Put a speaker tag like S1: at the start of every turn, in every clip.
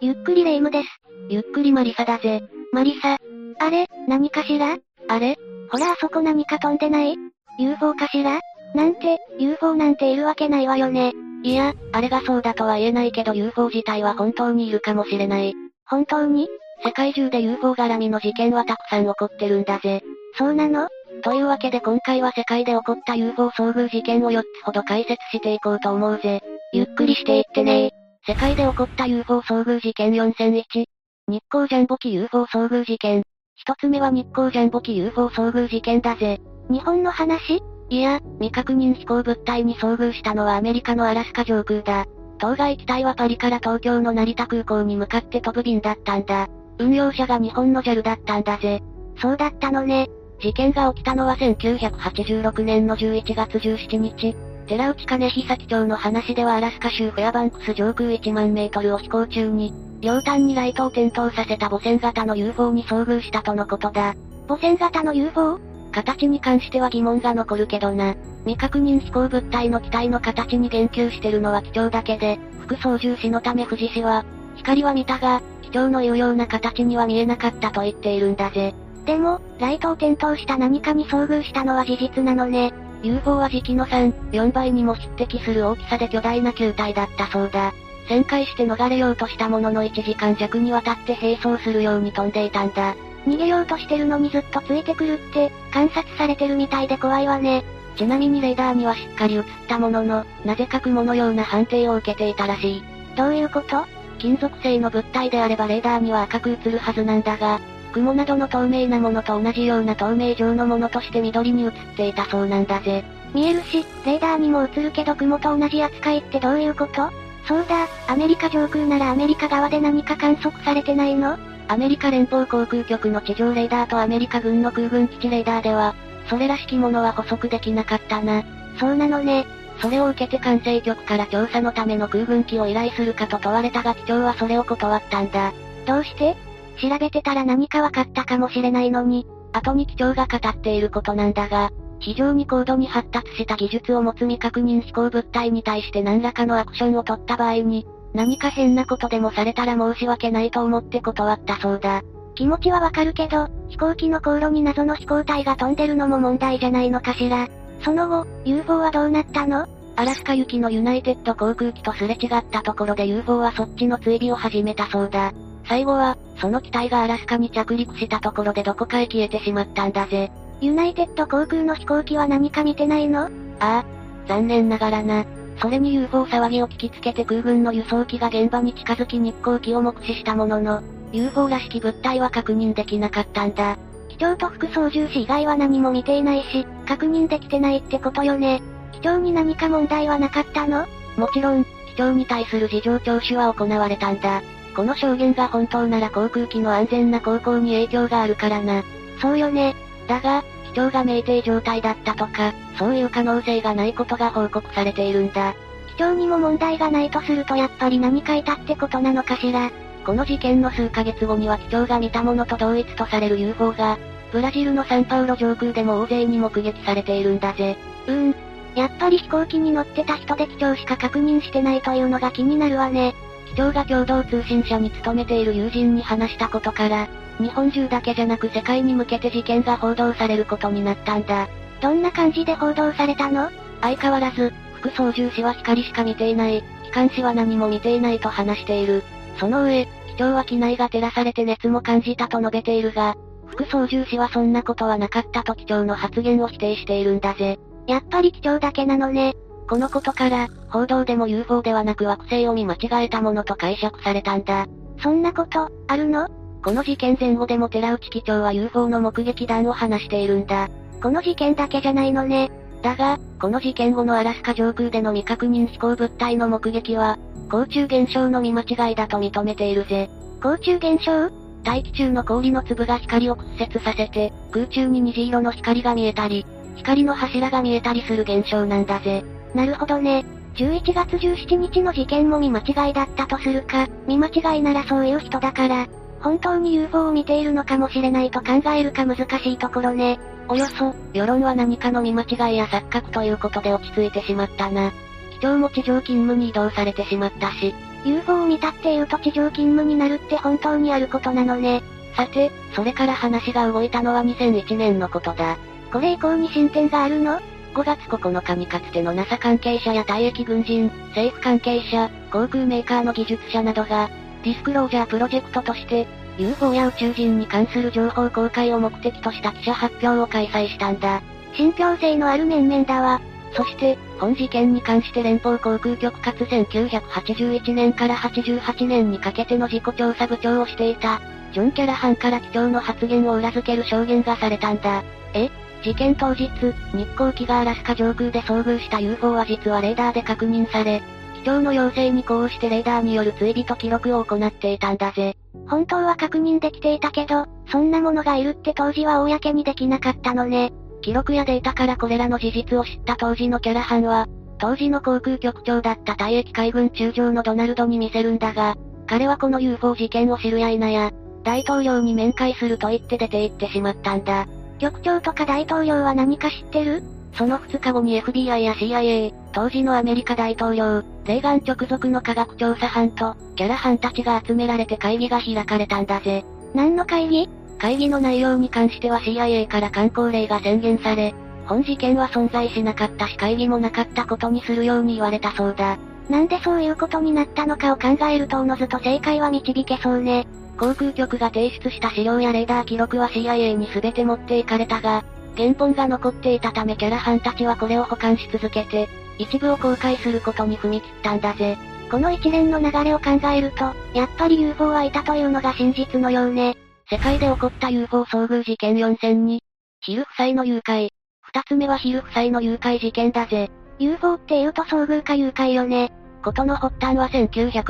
S1: ゆっくりレ夢ムです。ゆっくりマリサだぜ。マリサ。あれ、何かしらあれほらあそこ何か飛んでない ?UFO かしらなんて、UFO なんているわけないわよね。いや、あれがそうだとは言えないけど UFO 自体は本当にいるかもしれない。本当に世界中で UFO 絡みの事件はたくさん起こってるんだぜ。そうなのというわけで今回は世界で起こった UFO 遭遇事件を4つほど解説していこうと思うぜ。ゆっくりしていってね世界で起こった UFO 遭遇事件4001。日光ジャンボ機 UFO 遭遇事件。一つ目は日光ジャンボ機 UFO 遭遇事件だぜ。日本の話いや、未確認飛行物体に遭遇したのはアメリカのアラスカ上空だ。当該機体はパリから東京の成田空港に向かって飛ぶ便だったんだ。運用者が日本の JAL だったんだぜ。そうだったのね。事件が起きたのは1986年の11月17日。寺内金久機長の話ではアラスカ州フェアバンクス上空1万メートルを飛行中に、両端にライトを点灯させた母船型の UFO に遭遇したとのことだ。母船型の UFO? 形に関しては疑問が残るけどな。未確認飛行物体の機体の形に言及してるのは機長だけで、副操縦士のため富士氏は、光は見たが、機長の言うような形には見えなかったと言っているんだぜ。でも、ライトを点灯した何かに遭遇したのは事実なのね。UFO は時期の3、4倍にも匹敵する大きさで巨大な球体だったそうだ。旋回して逃れようとしたものの1時間弱にわたって並走するように飛んでいたんだ。逃げようとしてるのにずっとついてくるって、観察されてるみたいで怖いわね。ちなみにレーダーにはしっかり映ったものの、なぜか雲のような判定を受けていたらしい。どういうこと金属製の物体であればレーダーには赤く映るはずなんだが、雲などの透明なものと同じような透明状のものとして緑に映っていたそうなんだぜ。見えるし、レーダーにも映るけど雲と同じ扱いってどういうことそうだ、アメリカ上空ならアメリカ側で何か観測されてないのアメリカ連邦航空局の地上レーダーとアメリカ軍の空軍基地レーダーでは、それらしきものは捕捉できなかったな。そうなのね。それを受けて管制局から調査のための空軍機を依頼するかと問われたが機長はそれを断ったんだ。どうして調べてたら何か分かったかもしれないのに、後に機長が語っていることなんだが、非常に高度に発達した技術を持つ未確認飛行物体に対して何らかのアクションを取った場合に、何か変なことでもされたら申し訳ないと思って断ったそうだ。気持ちはわかるけど、飛行機の航路に謎の飛行体が飛んでるのも問題じゃないのかしら。その後、UFO はどうなったのアラスカ行きのユナイテッド航空機とすれ違ったところで UFO はそっちの追尾を始めたそうだ。最後は、その機体がアラスカに着陸したところでどこかへ消えてしまったんだぜ。ユナイテッド航空の飛行機は何か見てないのああ、残念ながらな。それに UFO 騒ぎを聞きつけて空軍の輸送機が現場に近づき日光機を目視したものの、UFO らしき物体は確認できなかったんだ。機長と副操縦士以外は何も見ていないし、確認できてないってことよね。機長に何か問題はなかったのもちろん、機長に対する事情聴取は行われたんだ。この証言が本当なら航空機の安全な航行に影響があるからな。そうよね。だが、機長が酩酊状態だったとか、そういう可能性がないことが報告されているんだ。機長にも問題がないとするとやっぱり何かいたってことなのかしら。この事件の数ヶ月後には機長が見たものと同一とされる UFO が、ブラジルのサンパウロ上空でも大勢に目撃されているんだぜ。うーん。やっぱり飛行機に乗ってた人で機長しか確認してないというのが気になるわね。機長が共同通信社に勤めている友人に話したことから、日本中だけじゃなく世界に向けて事件が報道されることになったんだ。どんな感じで報道されたの相変わらず、副操縦士は光しか見ていない、機関士は何も見ていないと話している。その上、機長は機内が照らされて熱も感じたと述べているが、副操縦士はそんなことはなかったと機長の発言を否定しているんだぜ。やっぱり機長だけなのね。このことから、報道でも UFO ではなく惑星を見間違えたものと解釈されたんだ。そんなこと、あるのこの事件前後でも寺内機長は UFO の目撃談を話しているんだ。この事件だけじゃないのね。だが、この事件後のアラスカ上空での未確認飛行物体の目撃は、空中現象の見間違いだと認めているぜ。空中現象大気中の氷の粒が光を屈折させて、空中に虹色の光が見えたり、光の柱が見えたりする現象なんだぜ。なるほどね。11月17日の事件も見間違いだったとするか、見間違いならそういう人だから、本当に UFO を見ているのかもしれないと考えるか難しいところね。およそ、世論は何かの見間違いや錯覚ということで落ち着いてしまったな。機長も地上勤務に移動されてしまったし、UFO を見たっていうと地上勤務になるって本当にあることなのね。さて、それから話が動いたのは2001年のことだ。これ以降に進展があるの ?5 月9日にかつての NASA 関係者や退役軍人、政府関係者、航空メーカーの技術者などが、ディスクロージャープロジェクトとして、UFO や宇宙人に関する情報公開を目的とした記者発表を開催したんだ。信憑性のある面々だわ。そして、本事件に関して連邦航空局かつ1981年から88年にかけての事故調査部長をしていた、ジョン・キャラハンから機長の発言を裏付ける証言がされたんだ。え事件当日、日航機がアラスカ上空で遭遇した UFO は実はレーダーで確認され、機長の要請に抗してレーダーによる追尾と記録を行っていたんだぜ。本当は確認できていたけど、そんなものがいるって当時は公にできなかったのね。記録やデータからこれらの事実を知った当時のキャラハンは、当時の航空局長だった退役海軍中将のドナルドに見せるんだが、彼はこの UFO 事件を知るや否や、大統領に面会すると言って出て行ってしまったんだ。局長とか大統領は何か知ってるその2日後に FBI や CIA、当時のアメリカ大統領、レーガン直属の科学調査班と、キャラ班たちが集められて会議が開かれたんだぜ。何の会議会議の内容に関しては CIA から観光令が宣言され、本事件は存在しなかったし会議もなかったことにするように言われたそうだ。なんでそういうことになったのかを考えるとおのずと正解は導けそうね。航空局が提出した資料やレーダー記録は CIA に全て持っていかれたが、原本が残っていたためキャラハンたちはこれを保管し続けて、一部を公開することに踏み切ったんだぜ。この一連の流れを考えると、やっぱり UFO はいたというのが真実のようね。世界で起こった UFO 遭遇事件4選に、ヒル夫妻の誘拐。二つ目はヒル夫妻の誘拐事件だぜ。UFO って言うと遭遇か誘拐よね。ことの発端は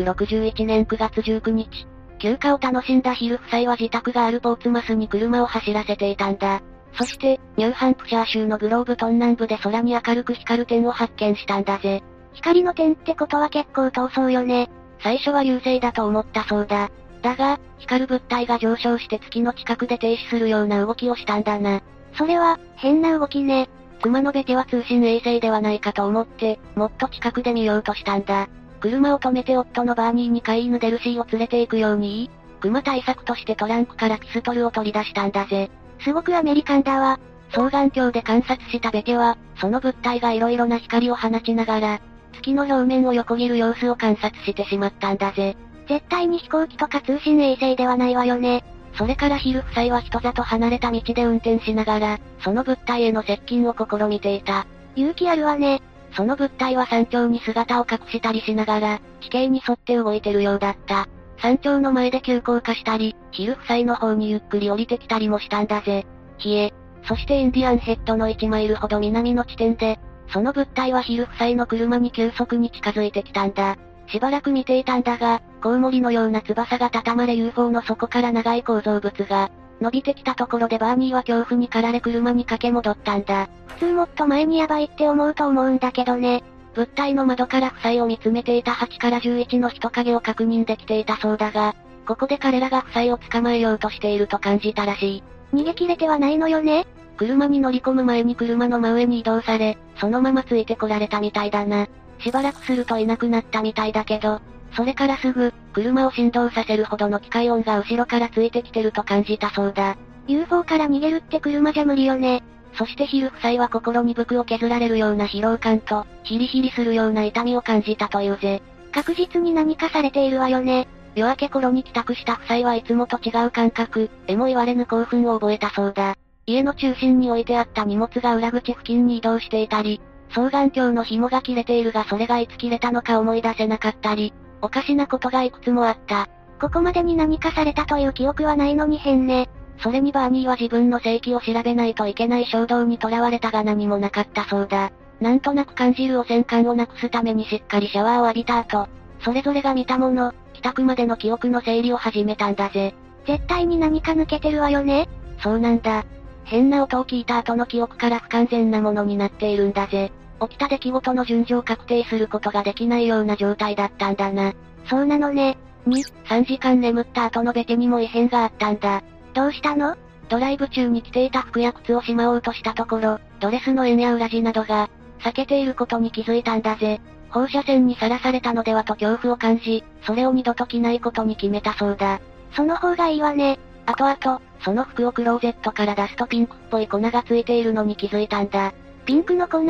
S1: 1961年9月19日。休暇を楽しんだヒル夫妻は自宅があるポーツマスに車を走らせていたんだ。そして、ニューハンプシャー州のグローブトン南部で空に明るく光る点を発見したんだぜ。光の点ってことは結構遠そうよね。最初は流星だと思ったそうだ。だが、光る物体が上昇して月の近くで停止するような動きをしたんだな。それは、変な動きね。熊野ベテは通信衛星ではないかと思って、もっと近くで見ようとしたんだ。車を止めて夫のバーニーに飼い犬デルシーを連れて行くように言い、熊対策としてトランクからピストルを取り出したんだぜ。すごくアメリカンだわ。双眼鏡で観察したベテは、その物体が色々な光を放ちながら、月の表面を横切る様子を観察してしまったんだぜ。絶対に飛行機とか通信衛星ではないわよね。それからヒル夫妻は人里離れた道で運転しながら、その物体への接近を試みていた。勇気あるわね。その物体は山頂に姿を隠したりしながら、地形に沿って動いてるようだった。山頂の前で急降下したり、ヒル夫妻の方にゆっくり降りてきたりもしたんだぜ。冷え。そしてインディアンヘッドの1マイルほど南の地点で、その物体はヒル夫妻の車に急速に近づいてきたんだ。しばらく見ていたんだが、コウモリのような翼が畳まれ UFO の底から長い構造物が、伸びてきたところでバーニーは恐怖に駆られ車に駆け戻ったんだ。普通もっと前にやばいって思うと思うんだけどね。物体の窓から夫妻を見つめていた8から11の人影を確認できていたそうだが、ここで彼らが夫妻を捕まえようとしていると感じたらしい。逃げ切れてはないのよね車に乗り込む前に車の真上に移動され、そのままついてこられたみたいだな。しばらくするといなくなったみたいだけど、それからすぐ、車を振動させるほどの機械音が後ろからついてきてると感じたそうだ。UFO から逃げるって車じゃ無理よね。そしてヒル夫妻は心に服を削られるような疲労感と、ヒリヒリするような痛みを感じたというぜ。確実に何かされているわよね。夜明け頃に帰宅した夫妻はいつもと違う感覚、えも言われぬ興奮を覚えたそうだ。家の中心に置いてあった荷物が裏口付近に移動していたり、双眼鏡の紐が切れているがそれがいつ切れたのか思い出せなかったり、おかしなことがいくつもあった。ここまでに何かされたという記憶はないのに変ね。それにバーニーは自分の正規を調べないといけない衝動にとらわれたが何もなかったそうだ。なんとなく感じる汚染感をなくすためにしっかりシャワーを浴びた後、それぞれが見たもの、帰宅までの記憶の整理を始めたんだぜ。絶対に何か抜けてるわよねそうなんだ。変な音を聞いた後の記憶から不完全なものになっているんだぜ。起きた出来事の順序を確定することができないような状態だったんだな。そうなのね。2、3時間眠った後のベテにも異変があったんだ。どうしたのドライブ中に着ていた服や靴をしまおうとしたところ、ドレスの縁や裏地などが、避けていることに気づいたんだぜ。放射線にさらされたのではと恐怖を感じ、それを二度と着ないことに決めたそうだ。その方がいいわね。あとあと、その服をクローゼットから出すとピンクっぽい粉がついているのに気づいたんだ。ピンクの粉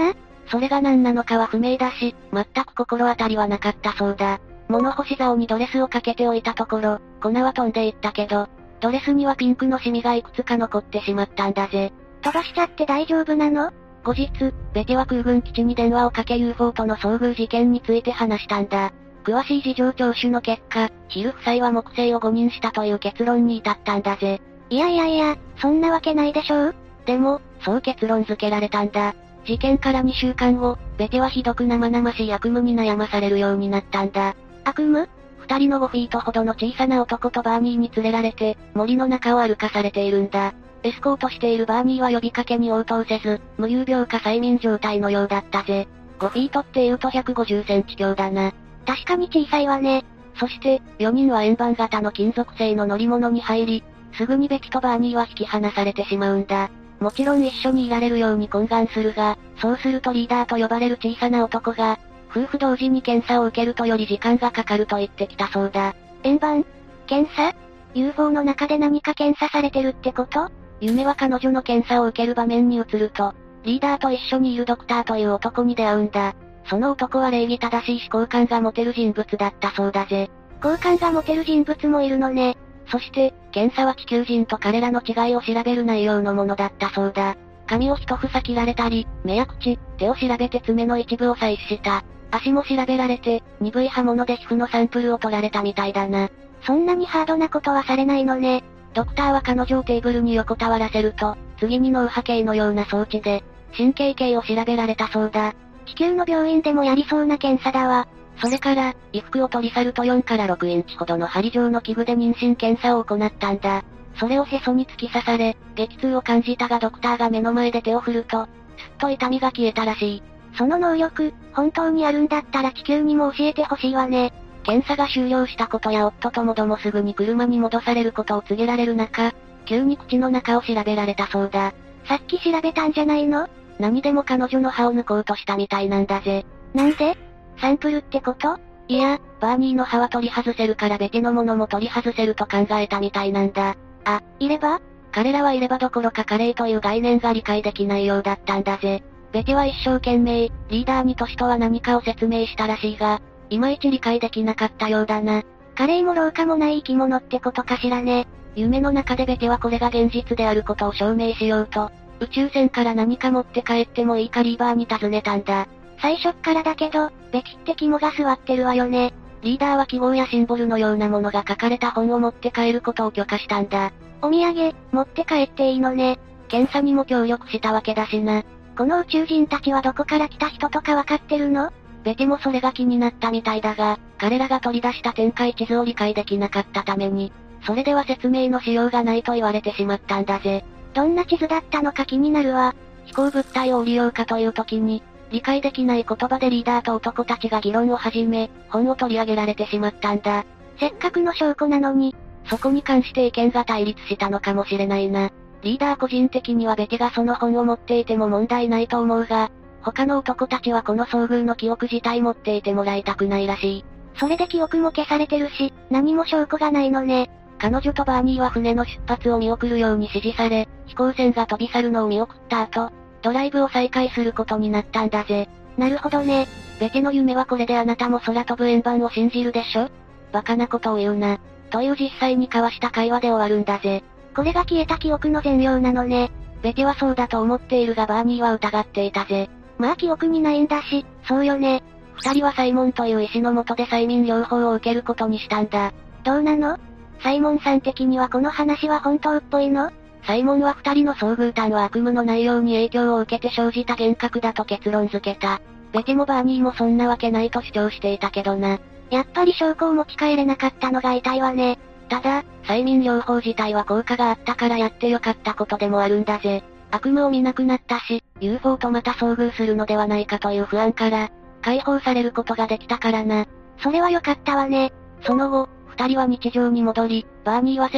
S1: それが何なのかは不明だし、全く心当たりはなかったそうだ。物干し竿にドレスをかけておいたところ、粉は飛んでいったけど、ドレスにはピンクのシミがいくつか残ってしまったんだぜ。飛ばしちゃって大丈夫なの後日、ベテは空軍基地に電話をかけ UFO との遭遇事件について話したんだ。詳しい事情聴取の結果、ヒル夫妻は木星を誤認したという結論に至ったんだぜ。いやいやいや、そんなわけないでしょうでも、そう結論付けられたんだ。事件から2週間後、ベテはひどく生々しい悪夢に悩まされるようになったんだ。悪夢二人の5フィートほどの小さな男とバーニーに連れられて、森の中を歩かされているんだ。エスコートしているバーニーは呼びかけに応答せず、無遊病か催眠状態のようだったぜ。5フィートって言うと150センチ強だな。確かに小さいわね。そして、4人は円盤型の金属製の乗り物に入り、すぐにベキとバーニーは引き離されてしまうんだ。もちろん一緒にいられるように懇願するが、そうするとリーダーと呼ばれる小さな男が、夫婦同時に検査を受けるとより時間がかかると言ってきたそうだ。円盤検査 ?UFO の中で何か検査されてるってこと夢は彼女の検査を受ける場面に移ると、リーダーと一緒にいるドクターという男に出会うんだ。その男は礼儀正しい思考感が持てる人物だったそうだぜ。好感が持てる人物もいるのね。そして、検査は地球人と彼らの違いを調べる内容のものだったそうだ。髪を一房切られたり、目や口、手を調べて爪の一部を採取した。足も調べられて、鈍い刃物で皮膚のサンプルを取られたみたいだな。そんなにハードなことはされないのね。ドクターは彼女をテーブルに横たわらせると、次に脳波形のような装置で、神経系を調べられたそうだ。地球の病院でもやりそうな検査だわ。それから、衣服を取り去ると4から6インチほどの針状の器具で妊娠検査を行ったんだ。それをへそに突き刺され、激痛を感じたがドクターが目の前で手を振ると、すっと痛みが消えたらしい。その能力、本当にあるんだったら地球にも教えてほしいわね。検査が終了したことや夫ともどもすぐに車に戻されることを告げられる中、急に口の中を調べられたそうだ。さっき調べたんじゃないの何でも彼女の歯を抜こうとしたみたいなんだぜ。なんでサンプルってこといや、バーニーの歯は取り外せるからベテのものも取り外せると考えたみたいなんだ。あ、いれば彼らはいればどころかカレーという概念が理解できないようだったんだぜ。ベテは一生懸命、リーダーに年とは何かを説明したらしいが、いまいち理解できなかったようだな。カレーも老化もない生き物ってことかしらね。夢の中でベテはこれが現実であることを証明しようと、宇宙船から何か持って帰ってもいいかリーバーに尋ねたんだ。最初っからだけど、べきって肝が座ってるわよね。リーダーは記号やシンボルのようなものが書かれた本を持って帰ることを許可したんだ。お土産、持って帰っていいのね。検査にも協力したわけだしな。この宇宙人たちはどこから来た人とかわかってるのベテもそれが気になったみたいだが、彼らが取り出した展開地図を理解できなかったために、それでは説明のしようがないと言われてしまったんだぜ。どんな地図だったのか気になるわ。飛行物体を降りようかという時に、理解できない言葉でリーダーと男たちが議論を始め、本を取り上げられてしまったんだ。せっかくの証拠なのに、そこに関して意見が対立したのかもしれないな。リーダー個人的にはベテがその本を持っていても問題ないと思うが、他の男たちはこの遭遇の記憶自体持っていてもらいたくないらしい。それで記憶も消されてるし、何も証拠がないのね。彼女とバーニーは船の出発を見送るように指示され、飛行船が飛び去るのを見送った後、ドライブを再開することになったんだぜ。なるほどね。ベテの夢はこれであなたも空飛ぶ円盤を信じるでしょバカなことを言うな。という実際に交わした会話で終わるんだぜ。これが消えた記憶の全容なのね。ベテはそうだと思っているがバーニーは疑っていたぜ。まあ記憶にないんだし、そうよね。二人はサイモンという医師のもとで催眠療法を受けることにしたんだ。どうなのサイモンさん的にはこの話は本当っぽいのサイモンは二人の遭遇談は悪夢の内容に影響を受けて生じた幻覚だと結論付けた。ベテもバーニーもそんなわけないと主張していたけどな。やっぱり証拠を持ち帰れなかったのが痛いわね。ただ、催眠療法自体は効果があったからやってよかったことでもあるんだぜ。悪夢を見なくなったし、UFO とまた遭遇するのではないかという不安から、解放されることができたからな。それは良かったわね。その後、二人は日常に戻り、バーニーは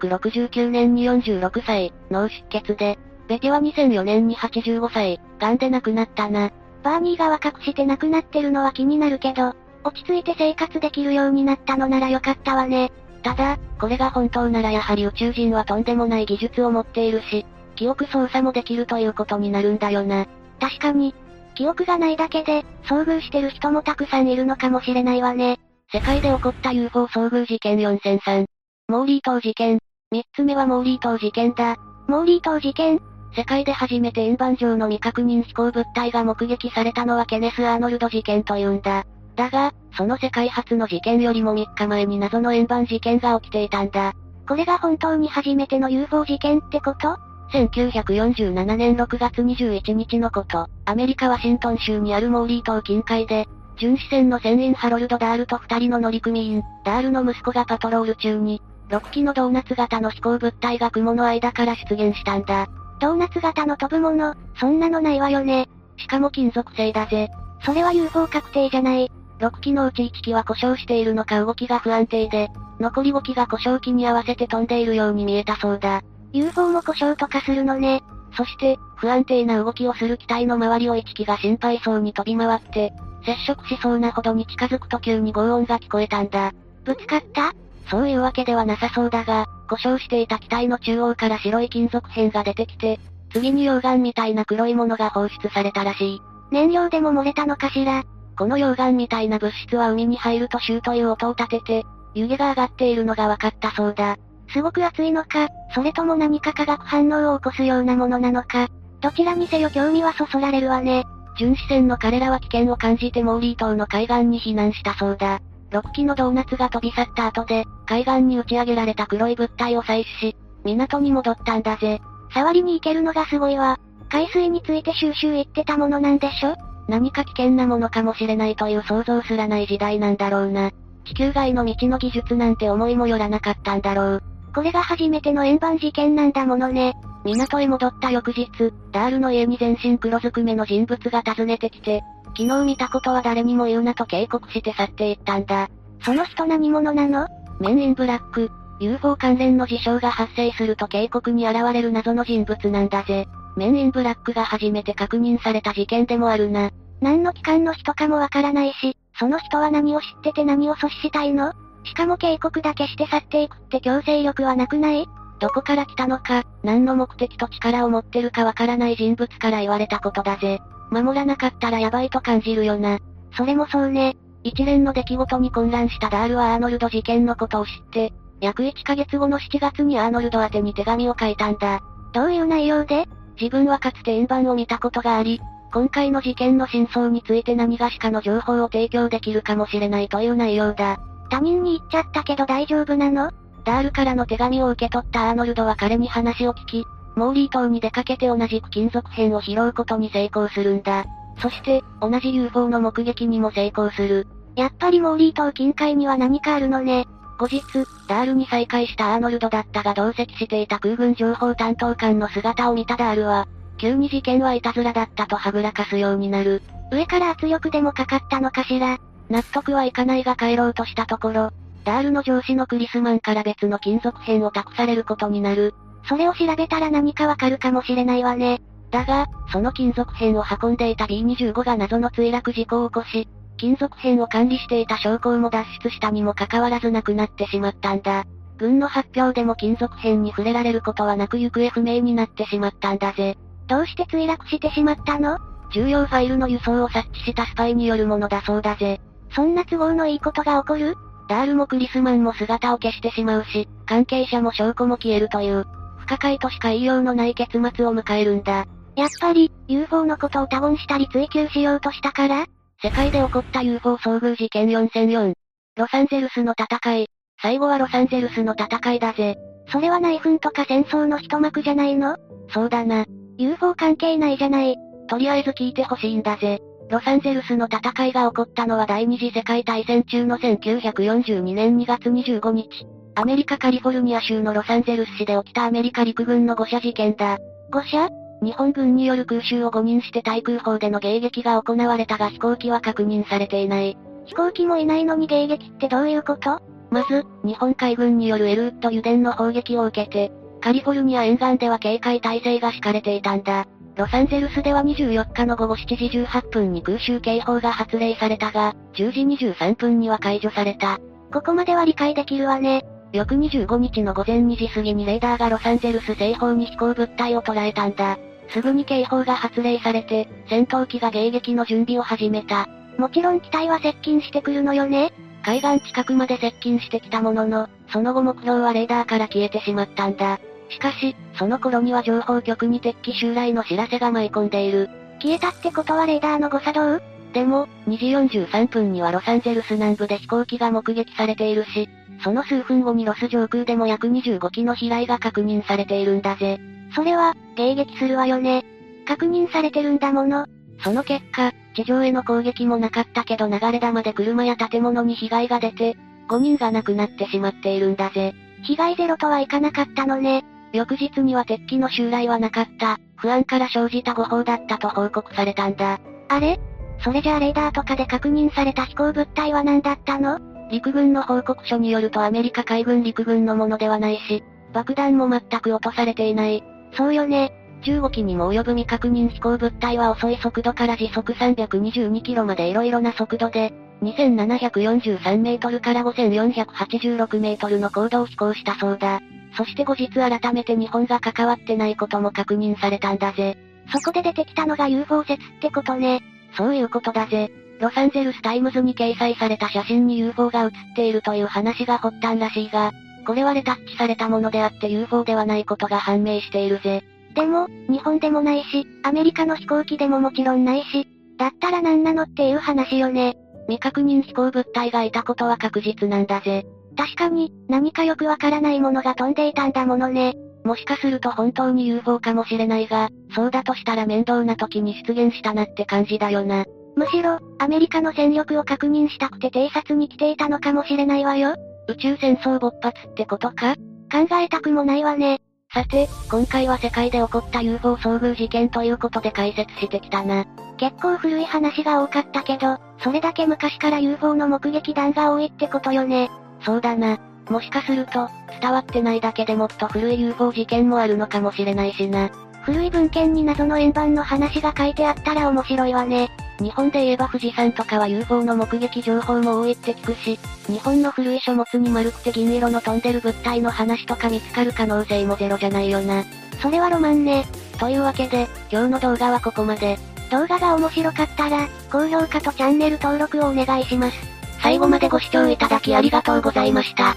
S1: 1969年に46歳、脳出血で、ベテは2004年に85歳、癌で亡くなったな。バーニーが若くして亡くなってるのは気になるけど、落ち着いて生活できるようになったのなら良かったわね。ただ、これが本当ならやはり宇宙人はとんでもない技術を持っているし、記憶操作もできるということになるんだよな。確かに、記憶がないだけで、遭遇してる人もたくさんいるのかもしれないわね。世界で起こった UFO 遭遇事件4003。モーリー島事件。三つ目はモーリー島事件だ。モーリー島事件世界で初めて円盤上の未確認飛行物体が目撃されたのはケネス・アーノルド事件というんだ。だが、その世界初の事件よりも3日前に謎の円盤事件が起きていたんだ。これが本当に初めての UFO 事件ってこと1947年6月21日のこと、アメリカ・ワシントン州にあるモーリー島近海で、巡視船の船員ハロルド・ダールと二人の乗組員、ダールの息子がパトロール中に、6機のドーナツ型の飛行物体が雲の間から出現したんだ。ドーナツ型の飛ぶもの、そんなのないわよね。しかも金属製だぜ。それは UFO 確定じゃない。6機のうち1機は故障しているのか動きが不安定で、残り5機が故障機に合わせて飛んでいるように見えたそうだ。UFO も故障とかするのね。そして、不安定な動きをする機体の周りを1機が心配そうに飛び回って、接触しそうなほどに近づくと急に轟音が聞こえたんだ。ぶつかったそういうわけではなさそうだが、故障していた機体の中央から白い金属片が出てきて、次に溶岩みたいな黒いものが放出されたらしい。燃料でも漏れたのかしらこの溶岩みたいな物質は海に入るとシューという音を立てて、湯気が上がっているのが分かったそうだ。すごく熱いのか、それとも何か化学反応を起こすようなものなのか、どちらにせよ興味はそそられるわね。巡視船の彼らは危険を感じてモーリー島の海岸に避難したそうだ。6機のドーナツが飛び去った後で、海岸に打ち上げられた黒い物体を採取し、港に戻ったんだぜ。触りに行けるのがすごいわ。海水について収集言ってたものなんでしょ何か危険なものかもしれないという想像すらない時代なんだろうな。地球外の道の技術なんて思いもよらなかったんだろう。これが初めての円盤事件なんだものね。港へ戻った翌日、ダールの家に全身黒ずくめの人物が訪ねてきて、昨日見たことは誰にも言うなと警告して去っていったんだ。その人何者なのメンインブラック、UFO 関連の事象が発生すると警告に現れる謎の人物なんだぜ。メンインブラックが初めて確認された事件でもあるな。何の機関の人かもわからないし、その人は何を知ってて何を阻止したいのしかも警告だけして去っていくって強制力はなくないどこから来たのか、何の目的と力を持ってるかわからない人物から言われたことだぜ。守らなかったらやばいと感じるよな。それもそうね。一連の出来事に混乱したダールはアーノルド事件のことを知って、約1ヶ月後の7月にアーノルド宛てに手紙を書いたんだ。どういう内容で自分はかつて円盤を見たことがあり、今回の事件の真相について何がしかの情報を提供できるかもしれないという内容だ。他人に言っちゃったけど大丈夫なのダールからの手紙を受け取ったアーノルドは彼に話を聞き、モーリー島に出かけて同じく金属片を拾うことに成功するんだ。そして、同じ UFO の目撃にも成功する。やっぱりモーリー島近海には何かあるのね。後日、ダールに再会したアーノルドだったが同席していた空軍情報担当官の姿を見たダールは、急に事件はいたずらだったとはぐらかすようになる。上から圧力でもかかったのかしら納得はいかないが帰ろうとしたところ、ダールの上司のクリスマンから別の金属片を託されることになる。それを調べたら何かわかるかもしれないわね。だが、その金属片を運んでいた B25 が謎の墜落事故を起こし、金属片を管理していた将校も脱出したにもかかわらず亡くなってしまったんだ。軍の発表でも金属片に触れられることはなく行方不明になってしまったんだぜ。どうして墜落してしまったの重要ファイルの輸送を察知したスパイによるものだそうだぜ。そんな都合のいいことが起こるダールもクリスマンも姿を消してしまうし、関係者も証拠も消えるという、不可解としか言いようのない結末を迎えるんだ。やっぱり、UFO のことを多言したり追求しようとしたから世界で起こった UFO 遭遇事件4004。ロサンゼルスの戦い。最後はロサンゼルスの戦いだぜ。それは内紛とか戦争の一幕じゃないのそうだな。UFO 関係ないじゃない。とりあえず聞いてほしいんだぜ。ロサンゼルスの戦いが起こったのは第二次世界大戦中の1942年2月25日。アメリカカリフォルニア州のロサンゼルス市で起きたアメリカ陸軍の誤射事件だ。誤射日本軍による空襲を誤認して対空砲での迎撃が行われたが飛行機は確認されていない。飛行機もいないのに迎撃ってどういうことまず、日本海軍によるエルウッド油田の砲撃を受けて、カリフォルニア沿岸では警戒態勢が敷かれていたんだ。ロサンゼルスでは24日の午後7時18分に空襲警報が発令されたが、10時23分には解除された。ここまでは理解できるわね。翌25日の午前2時過ぎにレーダーがロサンゼルス西方に飛行物体を捉えたんだ。すぐに警報が発令されて、戦闘機が迎撃の準備を始めた。もちろん機体は接近してくるのよね。海岸近くまで接近してきたものの、その後目標はレーダーから消えてしまったんだ。しかし、その頃には情報局に敵機襲来の知らせが舞い込んでいる。消えたってことはレーダーの誤作動でも、2時43分にはロサンゼルス南部で飛行機が目撃されているし、その数分後にロス上空でも約25機の飛来が確認されているんだぜ。それは、迎撃するわよね。確認されてるんだもの。その結果、地上への攻撃もなかったけど流れ弾で車や建物に被害が出て、5人が亡くなってしまっているんだぜ。被害ゼロとはいかなかったのね。翌日には鉄機の襲来はなかった、不安から生じた誤報だったと報告されたんだ。あれそれじゃあレーダーとかで確認された飛行物体は何だったの陸軍の報告書によるとアメリカ海軍陸軍のものではないし、爆弾も全く落とされていない。そうよね。15機にも及ぶ未確認飛行物体は遅い速度から時速322キロまで色々な速度で、2743メートルから5486メートルの高度を飛行したそうだ。そして後日改めて日本が関わってないことも確認されたんだぜ。そこで出てきたのが UFO 説ってことね。そういうことだぜ。ロサンゼルスタイムズに掲載された写真に UFO が写っているという話が発端らしいが、これはレタッチされたものであって UFO ではないことが判明しているぜ。でも、日本でもないし、アメリカの飛行機でももちろんないし、だったら何なのっていう話よね。未確認飛行物体がいたことは確実なんだぜ。確かに、何かよくわからないものが飛んでいたんだものね。もしかすると本当に UFO かもしれないが、そうだとしたら面倒な時に出現したなって感じだよな。むしろ、アメリカの戦力を確認したくて偵察に来ていたのかもしれないわよ。宇宙戦争勃発ってことか考えたくもないわね。さて、今回は世界で起こった UFO 遭遇事件ということで解説してきたな。結構古い話が多かったけど、それだけ昔から UFO の目撃談が多いってことよね。そうだな。もしかすると、伝わってないだけでもっと古い UFO 事件もあるのかもしれないしな。古い文献に謎の円盤の話が書いてあったら面白いわね。日本で言えば富士山とかは UFO の目撃情報も多いって聞くし、日本の古い書物に丸くて銀色の飛んでる物体の話とか見つかる可能性もゼロじゃないよな。それはロマンね。というわけで、今日の動画はここまで。動画が面白かったら、高評価とチャンネル登録をお願いします。最後までご視聴いただきありがとうございました。